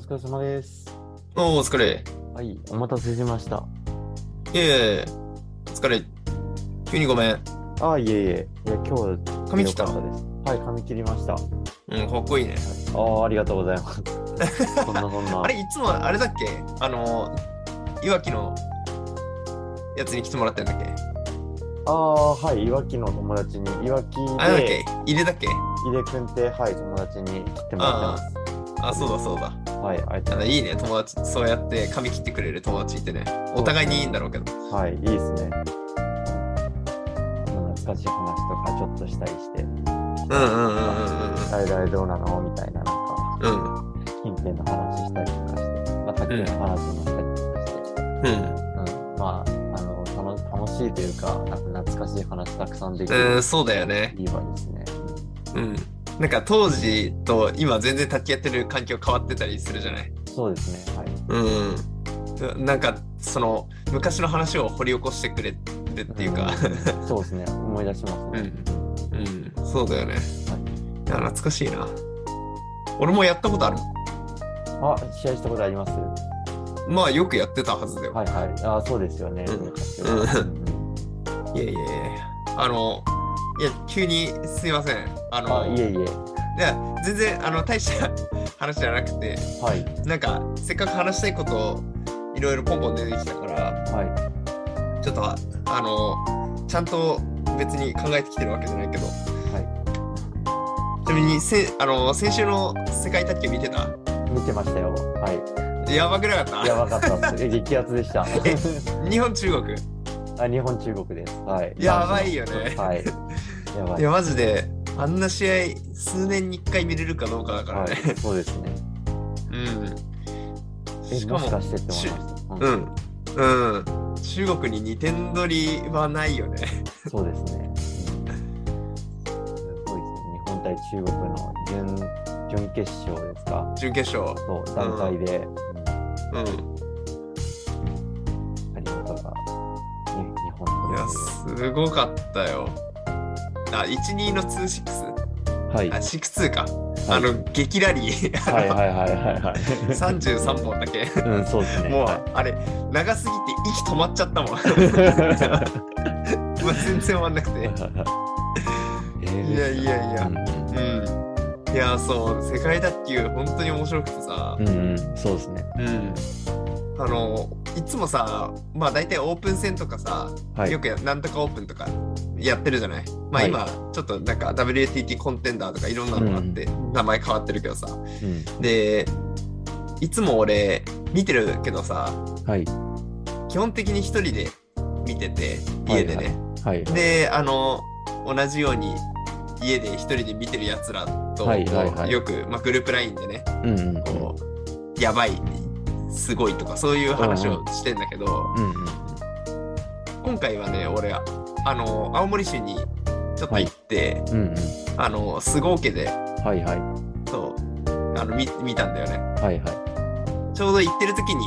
疲れ様です。おお、お疲れ。はい、お待たせしました。いえいえ、お疲れ。急にごめん。あいえいえ、いや、今日は髪切った良かです。はい、髪切りました。うん、かっこいいね。ああ、ありがとうござい ます。そんなそんな。あれ、いつもあれだっけあの、いわきのやつに来てもらったんだっけああ、はい、いわきの友達に、いわきあれだっでけ、入れだっけ井出くんって、はい、友達に切ってもらってあ、そうだそうだ。ます。はい、ありがあとうのいいね、友達、そうやって髪切ってくれる友達いてね。お互いにいいんだろうけど。はい、いいですね。懐かしい話とかちょっとしたりして、うんうんうんうん誰々どうなのみたいな、なんか、うん。うん。近辺の話したりとかして、まあ、卓球の話もしたりとかして。うんうん、まあ、あの楽楽しいというか、なんか懐かしい話たくさんできうるん、そうだよね。いいわですね。うん。なんか当時と今全然卓球やってる環境変わってたりするじゃないそうですね、はい。うん、なんかその昔の話を掘り起こしてくれてっていうか、うん、そうですね、思い出しますね。うん、そうだよね、いや懐かしいな俺もやったことあるあ、試合したことありますまあよくやってたはずだよ、はいはい。あ、そうですよね。うん昔はうんい、やいやいやあのいや急にすいませんあのあ、いえいえ。いや全然あの大した話じゃなくてはい、なんかせっかく話したいことをいろいろポンポン出てきたからはい。ちょっとああのちゃんと別に考えてきてるわけじゃないけど、ちなみにせあの先週の世界卓球見てた見てましたよ。はやばくなかっい。やばかったです。え激アツで した。た日本中国いあ日本、中国です。はい。やばいよねはい。やばい。やマジであんな試合数年に1回見れるかどうかだからはね、い、そうですね。うんえ、しかもしかもしてって思いました。うんうんうん中国に2点取りはないよねそうですね。すごいですね。日本対中国の準準決勝ですか。準決勝そう、団体で、うん張本がに日本いやすごかったよあ12の26と。はいあはい62か、あの激ラリー、 はいはいはいはい33本だけはい。うん、そうですね。もうはあれ長すぎて息止まっちゃったもん まあ全然終わんなくいてえ いやいやいやや。うんいやそう世界卓球本当に面白くてさうん、うんうん、そうですね。うんあのいつもさまあ大体オープン戦とかさ、はいよ。くやなんとかオープンとかやってるじゃないまはあい今、ちょっとなんか WTT コンテンダーとかいろんなのあって、名前変わってるけどさうんでいつも俺見てるけどさはい基本的に一人で見てて家でね、はいはい。であの同じように家で一人で見てるやつらと、はいはいはいよく、まあ、グループラインでねうんうんうんこうやばいすごいとかそういう話をしてんだけど、うんうん今回はね俺あの青森市にちょっと行って、うんうんあの菅生家ではいはいそうあの見見たんだよねはいはちょうど行ってる時に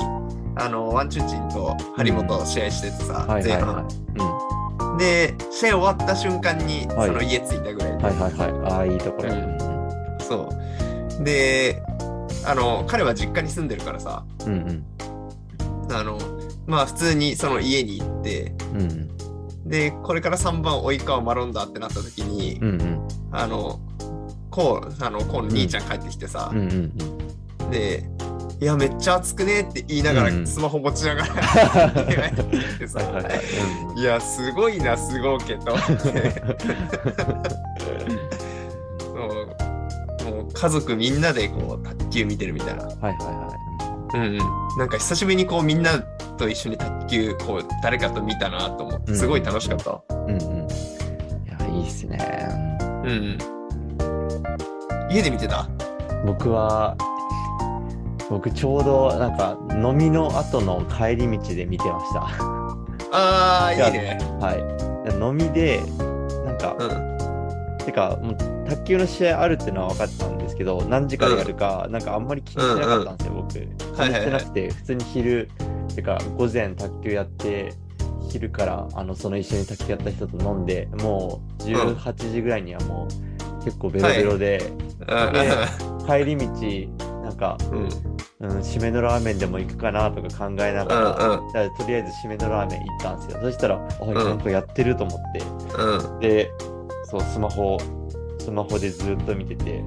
あのワンチュンチンと張本試合しててさ、いはい前はい半、はで試合終わった瞬間に、はいその家着いたぐらいでい。うんはいはいはい。ああーいいところ。ううんんうんそう。で、あの、彼は実家に住んでるからさ、うんあの、まあ普通にその家に行って、うんうんで、これから3番及川マロンダってなった時に、うんうんあの、こう、あの、こうの兄ちゃん帰ってきてさう、んうんうん。で、いや、めっちゃ暑くねって言いながうんら、スマホ持ちながら、 家帰ってきてさ、いや、すごいな、すごいけど、そうもう家族みんなでこう、卓球見てるみたいな。はいはいはうんうん、なんか久しぶりにこうみんなと一緒に卓球こう誰かと見たなと思ってうんすごい楽しかった、い。うんうん。いや、いいっすね。うんうん、家で見てた僕は、僕ちょうどなんか飲みの後の帰り道で見てました。あーいやいいねはい。飲みで、なんか、うんてか、もう卓球の試合あるっていうのは分かってたんですけど、何時からやるか、なんかあんまり気にしなかったんですよ、僕。気はいにはしいはていなくて、普通に昼、てか、午前卓球やって、昼から、あの、その一緒に卓球やった人と飲んで、もう、18時ぐらいにはもう、結構ベロベロで、うん帰り道なんかうんうん、締めのラーメンでも行くかなとか考えなうがら、んじゃあとりあえず締めのラーメン行ったんですよ。そしたら、あ、なんかやってると思って、うんうんで、そう、スマホ、スマホでずっと見てて、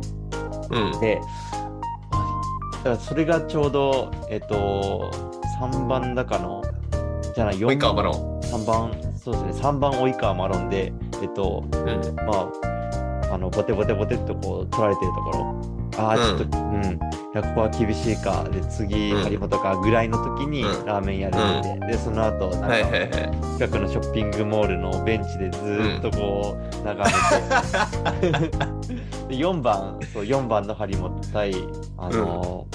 うんで、あだからそれがちょうど、えっと、3番だかの、じゃない、及4川番、マロ3番、そうですね、3番及川マロンで、えっと、ンうんまあ、あのボテボテボテっとこう取られてるところああちょっとうん、いやここは厳しいかで次うん張本かぐらいの時にうんラーメンやるんで、でその後なんはいはかいはい近くのショッピングモールのベンチでずーっとこう眺めて、で4番そう4番の張本対あの、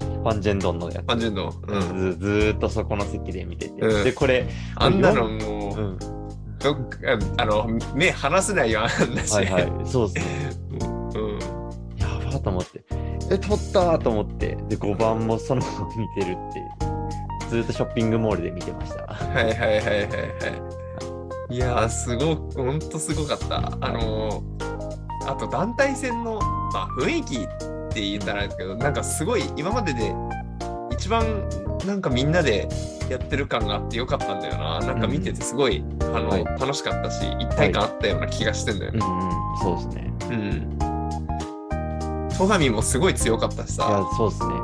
ファンジェンドンのやつパンジェンドうんずずーっとそこの席で見てて、うんでこれ、あんなのう、もうんどっかあの目離せないよあんなしはい はいそうですねうんやばと思って。え、取ったと思って。で、5番もそのまま見てるっていう。ずっとショッピングモールで見てました。はいはいはいはいはい。いやー、すごく、ほんとすごかった。あのーあと団体戦の、まあ、雰囲気って言ったらあれですけど、なんかすごい今までで一番なんかみんなでやってる感があってよかったんだよな。なんか見ててすごい、あのはい楽しかったし、一体感あったような気がしてんだようんね。うん、そうですね。うん。戸上もすごい強かったしいやさ、、そうですね。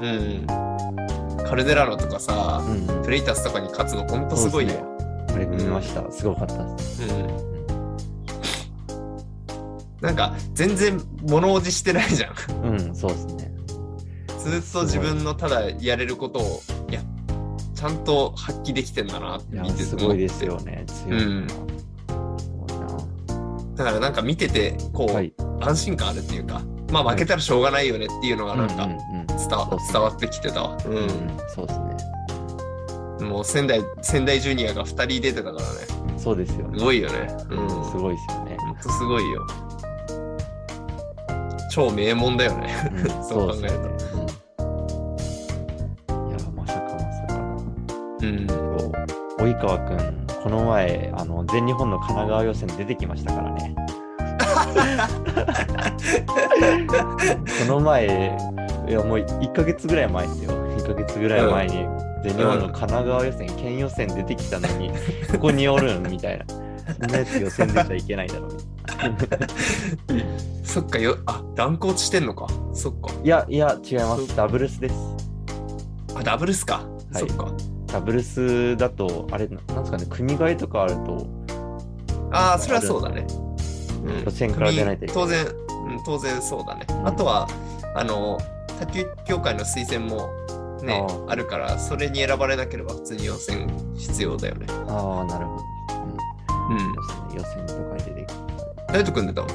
うん。カルデラロとかさう、ん。うん、プレイタスとかに勝つのほんとすごいよ。あれ見ました。すごかったです。なんか全然物おじしてないじゃん。 うん、そうですね。ずっと自分のただやれることをやちゃんと発揮できてんだなっていや見、ててすごいですよね。強いな。すごいだからなんか見ててこう、な。はい。安心感あるっていうかまあ負けたらしょうがないよねっていうのがなんかうん伝,、うんそわうそう伝わってきてたわ、うん、ううんそうですね。ん、もう仙台仙台ジュニアが2人出てたからねそうですよすね。ごいよねうんすごいですよね。ほんとすごいよ超名門だよねうん そう考えるとですよねうんいや、まさかまさか。うんそう及川くん、この前あの、全日本の神奈川予選出てきましたから ね。この前、いやもう1ヶ月ぐらい前ですよ。1ヶ月ぐらい前に、全日本の神奈川予選、県予選出てきたのに、ここにおるんみたいな。そんなやつ予選出ちゃいけないだろう。そっかよ、あ、断交してんのか。そっか。いや、いや、違います。ダブルスです。あ、ダブルスか。はいそっか。ダブルスだと、あれ、なんですかね、組替えとかあると、ああ、それはそうだね。うん予選から出ないといけない当然、うん、当然そうだね。んあとは、あの、卓球協会の推薦もねあ、ーあるから、それに選ばれなければ普通に予選必要だよね。ああ、なるほど。うんうん。そうですね、予選とかに出てきて誰と組んでたの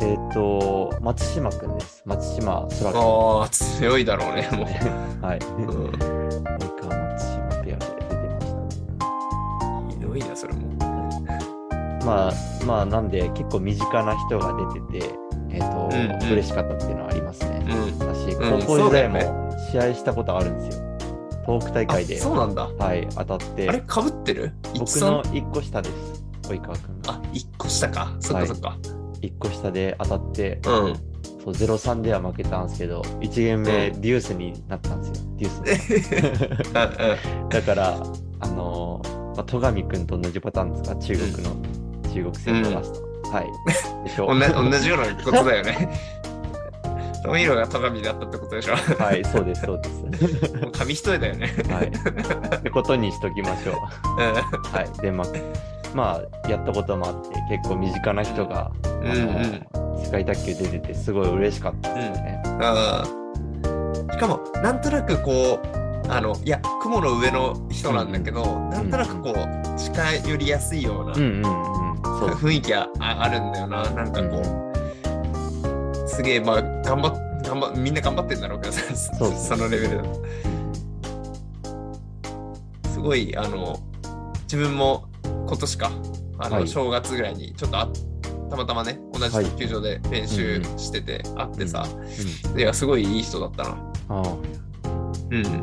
えっ、と、松島くんです。松島空くん。はああ、強いだろうね、もい。う。及川松島ペアで出てましたね。うん、ひどいな、それも。まあ、まあ、なんで、結構身近な人が出てて、えっ、と、うんうん嬉しかったっていうのはありますね。うん。私、うん高校時代そうだも試合したことあるんですよ。東北大あ会で、そうなんだ。はい、当たっあれ、て、かぶってる僕一の三1個下です。及川くんが。あ、一個下か。そはっかいそっか。 1個下で当たって、 うん。そう03では負けたんですけど、1ゲーム目、うデュースになったんですよ。デュースで。うんうんだから、あのーまあ、戸上君と同じパターンですか、中国の、中国戦のラスト。はい。でしょ同 じ同じようなことだよね。トミーロが鏡だったってことでしょ。 はい、そうです、そうです。もう紙一重だよね。はい。ってことにしときま しょう。はい。で、まあ、まあ、やったこともあって、結構身近な人が、うんあうんのうんー世界卓球出てて、すごい嬉しかったですね。あー。しかもなんとなくこうあのいや雲の上の人なんだけど、なんとなくこう近寄りやすいよううん、うなん、うんうん。そう。雰囲気がああるんだよな。 なんかうんうこんう、すげえまあ頑張っ頑張っみんな頑張ってんだろうけどさそうそそのレベルだと。すごいあの自分も今年かあの、はい正月ぐらいにちょっとあたまたまね同じはい卓球場で練習してて、会ってさ、うんいやすごいいい人だったな。ああうん。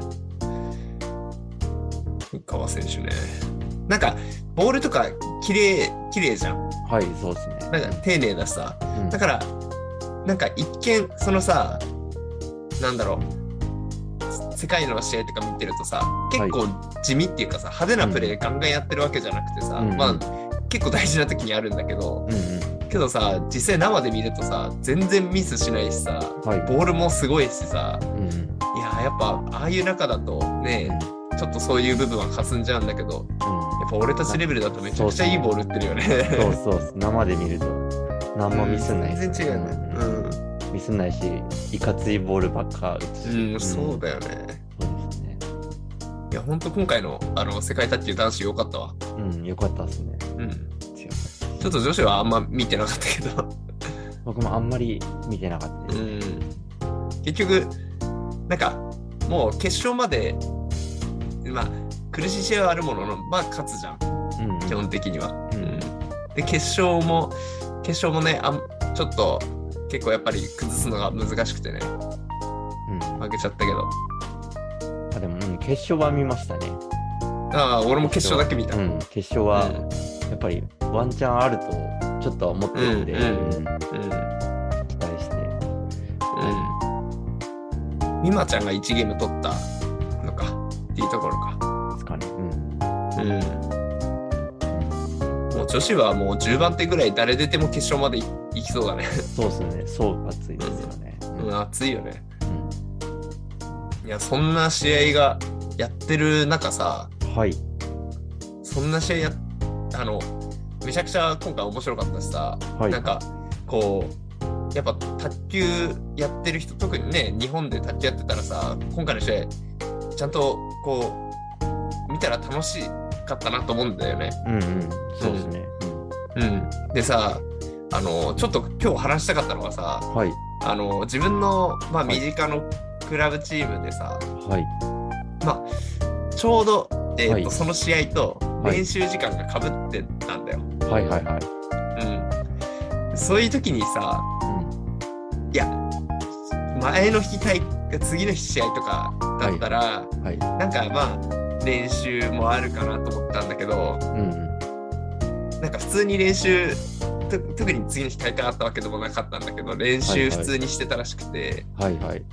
川選手ね。なんかボールとか綺麗綺麗じゃん。はい、そうですね。なんか丁寧だしさ。うんだから、なんか一見、そのさ、なんだろう、世界の試合とか見てるとさ結構地味っていうかさ派手なプレーガンガンやってるわけじゃなくてさ、うんまあ結構大事な時にあるんだけどうんけどさ実際生で見るとさ全然ミスしないしさうん。はい。ボールもすごいしさうんうん。いやーやっぱああいう中だとねちょっとそういう部分はかすんじゃうんだけどやっぱ俺たちレベルだとめちゃくちゃいいボール打ってるよね。うん、そうそうそう。生で見ると、何もミスんない。 全然違うよね。うんミスんないし、いかついボールばっか打つし。うん、うん、そうだよね。そうですね。いや、ほんと今回のあの世界卓球男子良かったわ。うん、よかったですね。うん。強ちょっと女子はあんま見てなかったけど。僕もあんまり見てなかったでうす。ん。結局、なんか、もう決勝まで、まあ、苦しい試合はあるものの、まあ、勝つじゃん、うん、うん基本的には。うんで、決勝も、決勝もね、あんちょっと、結構やっぱり崩すのが難しくてね、うん負けちゃったけど。あでも、うん、決勝は見ましたね。ああ、俺も決勝だけ見た。ううんん、決勝はやっぱりワンチャンあるとちょっとは思ってるんで、うんうんうんうん期待して。うん。美馬ちゃんが1ゲーム取ったのかっていうところか。ですかね。うん。うん。もう女子はもう10番手ぐらい誰出ても決勝までいいきそうだね。そうですね。そう熱いですよね。うんうん、熱いよね。いや、そんな試合がやってる中さ、うんはい。そんな試合や、あの、めちゃくちゃ今回面白かったしさ、はい。なんかこうやっぱ卓球やってる人特にね日本で卓球やってたらさ今回の試合ちゃんとこう見たら楽しかったなと思うんだよね。うんうん。そうですね。うんうん、でさあのちょっと今日話したかったのはさはい。あの自分の、まはあ、身い近のクラブチームでさ、はい。まあ、ちょうど、えーとはいその試合とはい練習時間がかぶってたんだよ。はいはいはい。うん、そういう時にさうんいや前の日対次の日試合とかだったら、はい。なんかまあ練習もあるかなと思ったんだけどうんうん。なんか普通に練習と特に次の日大会あったわけでもなかったんだけど練はい習はい普通にしてたらしくて、はいはい。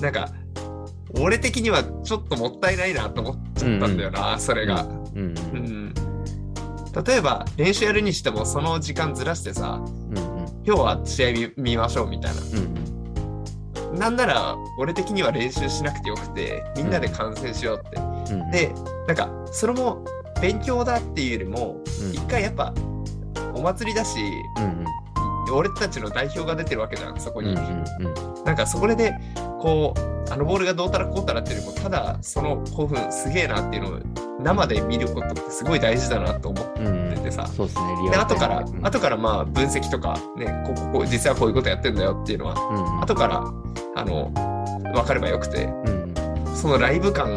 なんか俺的にはちょっともったいないなと思っちゃったんだよな、それが。うんううん。ん例えば練習やるにしてもその時間ずらしてさうんうん。今日は試合見見ましょうみたいなうんなんなら俺的には練習しなくてよくてみんなで観戦しようって、うん。でなんかそれも勉強だっていうよりもうん、一回やっぱお祭りだしうん俺たちの代表が出てるわけじゃんそこうん。うんに、うんうん。なんかそこでこうあのボールがどうたらこうたらっていうよりもただその興奮すげえなっていうのを生で見ることってすごい大事だなと思っうんうんててさ、そうですね。リでアル後から、うん後からまあ分析とかねこうこうこう実はこういうことやってんだよっていうのはうんうん後からあの分かればよくてうんそのライブ感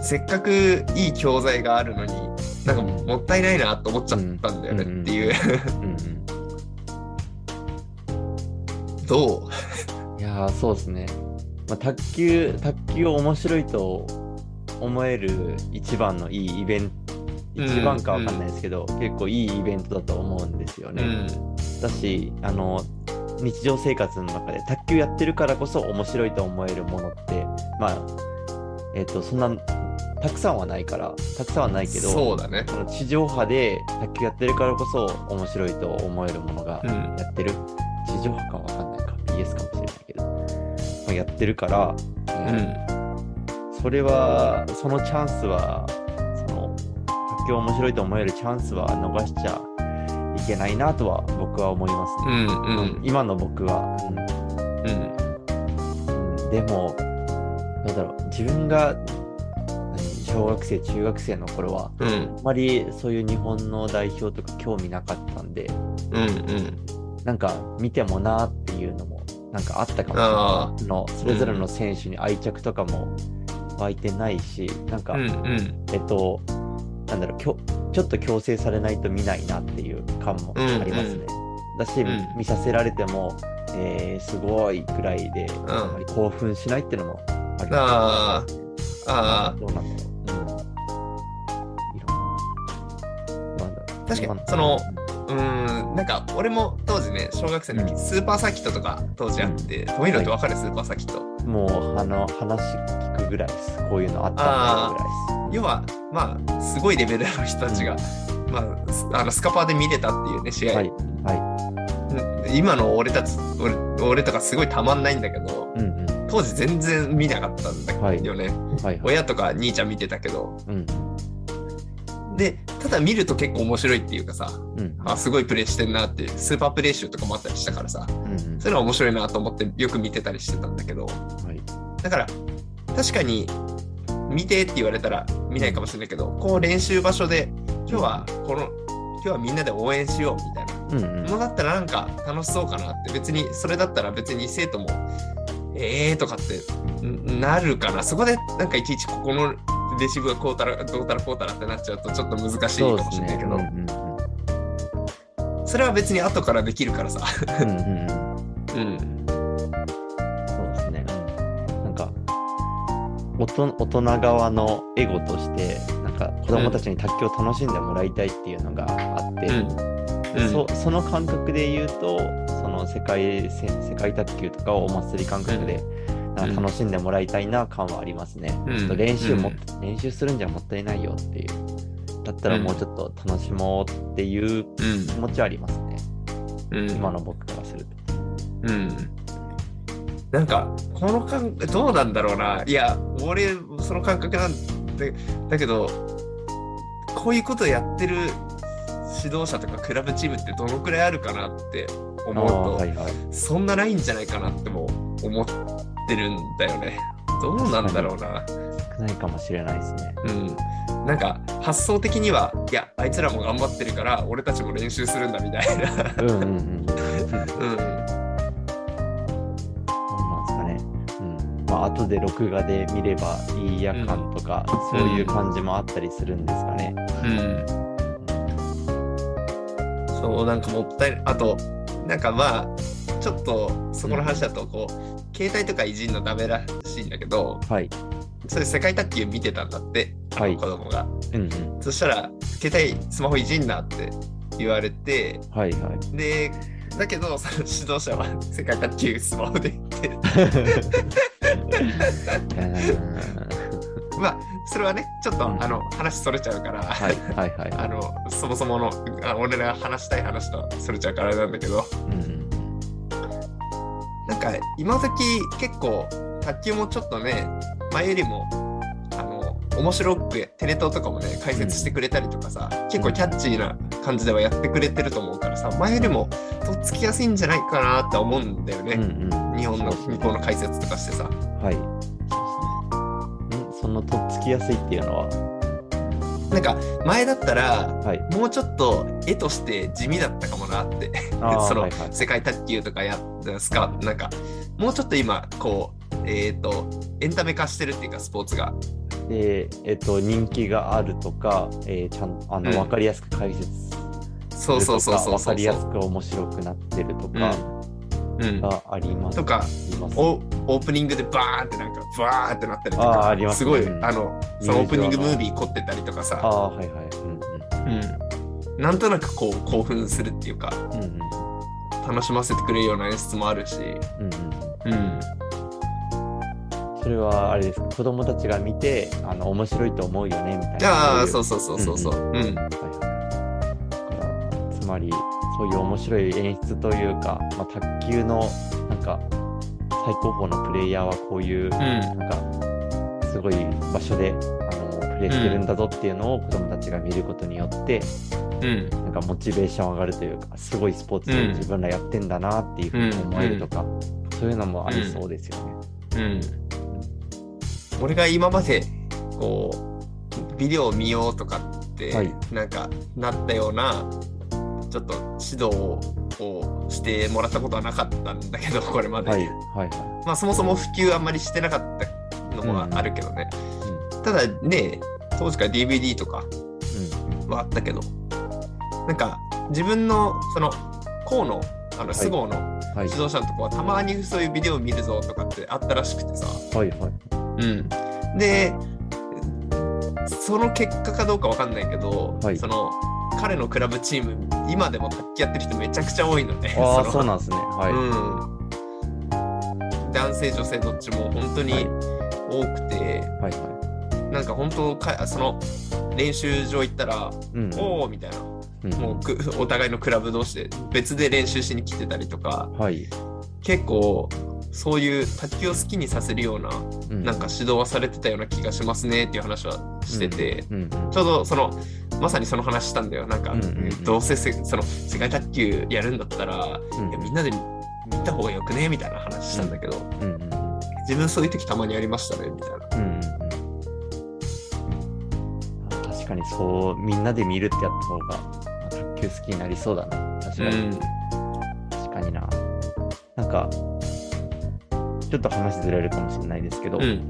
せっかくいい教材があるのになんかもったいないなと思っちゃったんだよねっていう、うんうん。どいやーそうですね、まあ、卓球卓球を面白いと思える一番のいいイベントうん一番かわかんないですけど、結構いいイベントだと思うんですよう、うね、んだしあの日常生活の中で卓球やってるからこそ面白いと思えるものってまあえっ、とそんなたくさんはないからたくさんはないけどそうだねその地上波で卓球やってるからこそ面白いと思えるものがうんやってる地上波かわかんないか BS かもしれないけど、まあ、やってるから、うねんそれはそのチャンスはその卓球面白いと思えるチャンスは逃しちゃいけないなとは僕は思いますうね、んうん今の僕は、うんうんうんでもなんだろう自分が何小学生中学生の頃はうんあんまりそういう日本の代表とか興味なかったんでうんうんなんか見てもなーっていうのもなんかあったかもしれないああのそれぞれの選手に愛着とかも湧いてないし、なんあか、うんうんえっとなんだろうきょちょっと強制されないと見ないなっていう感もありますね。だし、うん見させられても、えーすごいくらいで、あまり興奮しないっていうのもありまあすねああどうなんだろう。うんいろんななんだろう確かに今のそのうんうん、なんか俺も当時ね、小学生の時、スーパーサーキットとか当時あって、トミーロってわかるスーパーサーキット。もうあの話聞くぐらいです。こういうのあったんだぐらいです。要は、まあ、すごいレベルの人たちが、まあス、あのスカパーで見れたっていうね、試合。はい、はうん今の俺たち俺、俺とかすごいたまんないんだけど、い、うんうん、当時全然見なかったんだはいよね。はい、はい、親とか兄ちゃん見てたけど。うん、で、ただ見ると結構面白いっていうかさ、うん、あすごいプレイしてんなっていう、スーパープレイ集とかもあったりしたからさ、うんうん、そういうのは面白いなと思ってよく見てたりしてたんだけど、はい、だから確かに見てって言われたら見ないかもしれないけどこう練習場所で今日はこの今日はみんなで応援しようみたいなうんうん、のだったらなんか楽しそうかなって別にそれだったら別に生徒もえーとかってんなるかなそこでなんかいちいちここのレシーブがこうたらどうたらこうたらってなっちゃうとちょっと難しいかそうでもしすれないね。けうんどそ,、れは別に後からできるからさ、うんうん、うんうんうん、うん、そうですね。なんか大人大人側のエゴとしてなんか子供たちに卓球を楽しんでもらいたいっていうのがあって、うんそその感覚で言うとその世界せ世界卓球とかをお祭り感覚で、なんか楽しんでもらいたいな感はありますね。うんちょっと練習も、練習するんじゃもったいないよっていう。だったらもうちょっと楽しもうっていううん気持ちはありますね。うん今の僕からすると。うん。なんか、この感覚、どうなんだろうな。いや、俺、その感覚なんで、だけど、こういうことやってる指導者とかクラブチームってどのくらいあるかなって思うと、あーはいはい。そんなないんじゃないかなっても思ってるんだよね。どうなんだろうな。少ないかもしれないですね。うん。なんか、発想的には、いや、あいつらも頑張ってるから、俺たちも練習するんだみたいな。うんうんうん。どううん。なんですかね。うん。まあ、後で録画で見ればいいや感とか、そういう感じもあったりするんですかね。うんそうなんかもったいないあとなんかまあちょっとそこの話だとこう、携帯とかいじんのダメらしいんだけどはい。それ世界卓球見てたんだって、あのはい子供がうんうん。そしたら携帯スマホいじんなって言われてはい はい。でだけどその指導者は世界卓球スマホで見てうーんまあそれはねちょっと、うんあの話それちゃうから、はいはいはい。あのそもそものあ俺らが話したい話とそれちゃうからあれなんだけどうんなんか今時結構卓球もちょっとね前よりもあの面白くテレ東とかもね解説してくれたりとかさ、結構キャッチーな感じではやってくれてると思うからさ前よりもとっつきやすいんじゃないかなって思うんだようんね、うんうん。日本そうのですね向こうの解説とかしてさはい。んそのとっつきやすいっていうのは、なんか前だったらはい。もうちょっと絵として地味だったかもなって あーそのはいはい、世界卓球とかやスカなんかもうちょっと今こうえっ、とエンタメ化してるっていうかスポーツがで、えっと、人気があるとか、えーちゃんあの、うん分かりやすく解説するそうそうとそうか、そう分そかうりやすく面白くなってるとかうん、があります。とあかりますおオープニングでバーンってなんかバーンってなったりとあーかありますねすごい、うんあのそのオープニングムービー凝ってたりとかさあ、あ、はいはい。ううん、なんとなくこう興奮するっていうかんうん。うん楽しませてくれるような演出もあるし、うん。うんうん。うん、それは、あれですか、子供たちが見て、あの、面白いと思うよね、みたいな。ああそううそうそうそうそう、うんはいはいだからつまりそういう面白い演出というか、まあ、卓球のなんか最高峰のプレイヤーはこういう、なんかすごい場所であのプレイしてるんだぞっていうのを子どもたちが見ることによって、うんなんかモチベーション上がるというかすごいスポーツうでん自分らやってんだなっていうふうに思えるとか、そういうのもありそうですよね。うん俺が今までこうビデオを見ようとかって、はいなんかなったようなちょっと指導をしてもらったことはなかったんだけどこれまで、はいはいはまあそもそも普及あんまりしてなかったのもあるけどね、ただね当時から DVD とかい。うんはあったけどなんか自分のその河野あのい菅生のはい指導者のとこはたまにそういうビデオ見るぞとかってあったらしくてさ、はいはい。でその結果かどうかわかんないけど、はいその彼のクラブチーム、今でも卓球やってる人めちゃくちゃ多いので、ああ、のそうなんですね。はい。うん、男性女性どっちも本当はいに多くて、はいはなんか本当かその練習場行ったらい。うん。 「おお」みたいなうんもうく お互いのクラブ同士で別で練習しに来てたりとかはい。結構そういう卓球を好きにさせるようなうんなんか指導はされてたような気がしますねっていう話はしてて。うん。ちょうどそのまさにその話したんだよなんか、うんうんうんどうせせその世界卓球やるんだったら、うんいやみんなで見た方がよくねみたいな話したんだけど、うんうん自分そういう時たまにありましたねみたいな。うんうんあ確かにそうみんなで見るってやった方があ卓球好きになりそうだな確かに、確かにななんかちょっと話ずれるかもしれないですけど、うん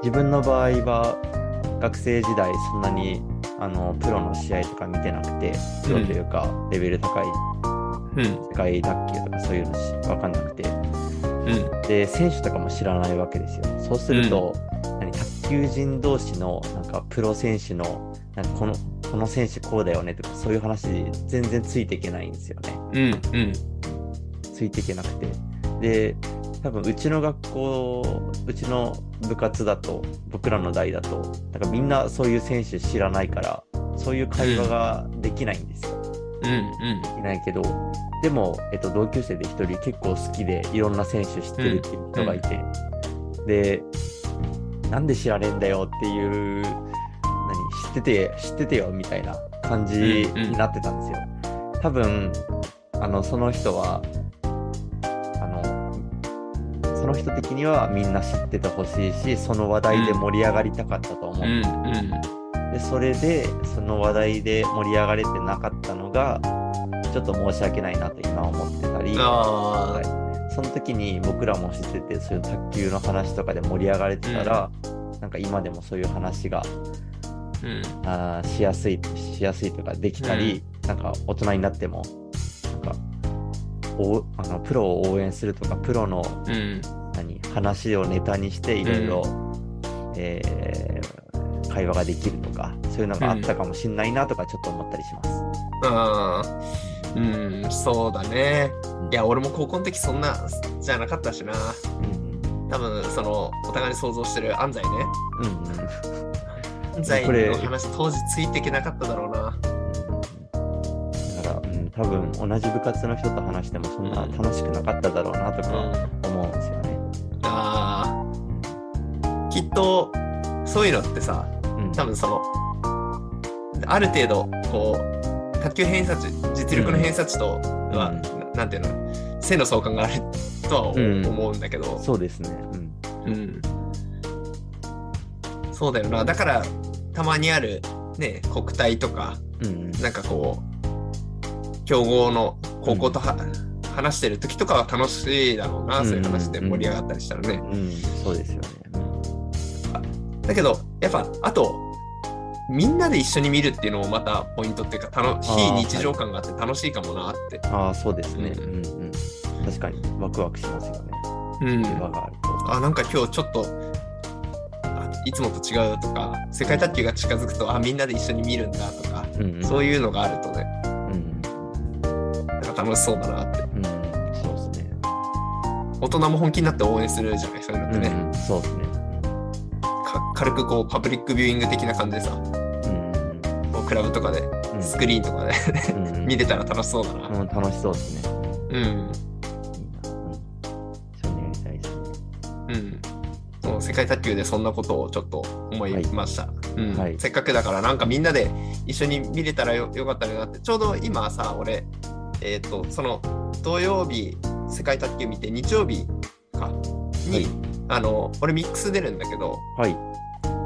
自分の場合は学生時代そんなにあのプロの試合とか見てなくてプロというか、レベル高いうん世界卓球とかそういうのし分かんなくてうんで選手とかも知らないわけですよそうすると、何卓球人同士のなんかプロ選手のなんかこのこの選手こうだよねとかそういう話全然ついていけないんですよねうんうんついていけなくてで多分うちの学校うちの部活だと僕らの代だとなんかみんなそういう選手知らないからそういう会話ができないんですよ、うんいないけどでも、えっと、同級生で1人結構好きでいろんな選手知ってるっていう人がいて、でなんで知らねえんだよっていう何知ってて知っててよみたいな感じになってたんですよ、多分あのその人はあのその人的にはみんな知っててほしいしその話題で盛り上がりたかったと思うんですうんうんでそれでその話題で盛り上がれてなかったのがちょっと申し訳ないなと今思ってたりあその時に僕らも知っててそういう卓球の話とかで盛り上がれてたら、なんか今でもそういう話がーうんあーしやすいしやすいとかできたり、なんか大人になってもなんかおあのプロを応援するとかプロのうん何話をネタにしていろいろ、えー会話ができるとかそういうのがあったかもしんないなとかちょっと思ったりします。あーうんそうだねいや俺も高校の時そんなじゃなかったしなうん多分そのお互いに想像してる安西ねうんうんうん安西これの話当時ついていけなかっただろうなだから、うん、多分同じ部活の人と話してもそんなうん楽しくなかっただろうなとか思うんですよね。あーきっとそういうのってさうん、多分そのある程度こう卓球偏差値実力の偏差値とは、ななんていうの性の相関があるとはうん思うんだけど、そうですね。うんうんそうだよなだからたまにあるね国体とかうんなんかこう強豪の高校とは、話してる時とかは楽しいだろうな、そういう話で盛り上がったりしたらね。うん、うん、そうですよね。だけどやっぱあとみんなで一緒に見るっていうのもまたポイントっていうか楽あー非日常感があって楽しいかもなって、ああ、そうですね。ううんうん、確かにワクワクしますよね。うん場があると。あなんか今日ちょっとあいつもと違うとか世界卓球が近づくとあみんなで一緒に見るんだとか、うんうん、そういうのがあるとねうんうんなんか楽しそうだなってうん、そうですね。大人も本気になって応援するじゃないそういうのってね、うんうん、そうですね。か軽くこうパブリックビューイング的な感じでさうんうんこうクラブとかでうんスクリーンとかでうんうん、見れたら楽しそうだな、うん、楽しそうですね。うんいいな。うんそういうのやりたいですね。うん、その世界卓球でそんなことをちょっと思いました、うんはいせっかくだからなんかみんなで一緒に見れたらよよかったなってちょうど今さ俺えっ、とその土曜日世界卓球見て日曜日かに、はいあの俺ミックス出るんだけどはい。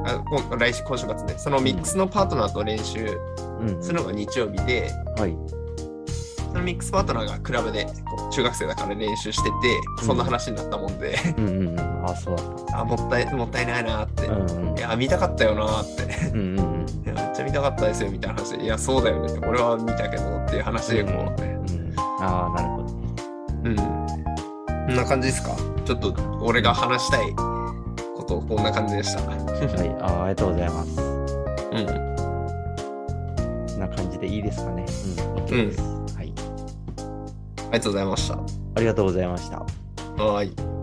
あ今来週今週末でそのミックスのパートナーと練習うん、するのが日曜日で、はい。そのミックスパートナーがクラブでこう中学生だから練習しててそんな話になったもん で、うんうんうん。ああ、そうだっあもったいもったいないなって、た。うんうんいや見たかったよなーってうんうんうん。いやめっちゃ見たかったですよみたいな話いやそうだよね俺は見たけどっていう話でこう、うんああ、なるほど。うんこんな感じですかちょっと俺が話したいことこんな感じでした、はい。あーありがとうございます。うんこんな感じででいいですかね。うん、OK です。はい。ありがとうございました。ありがとうございました。はーい。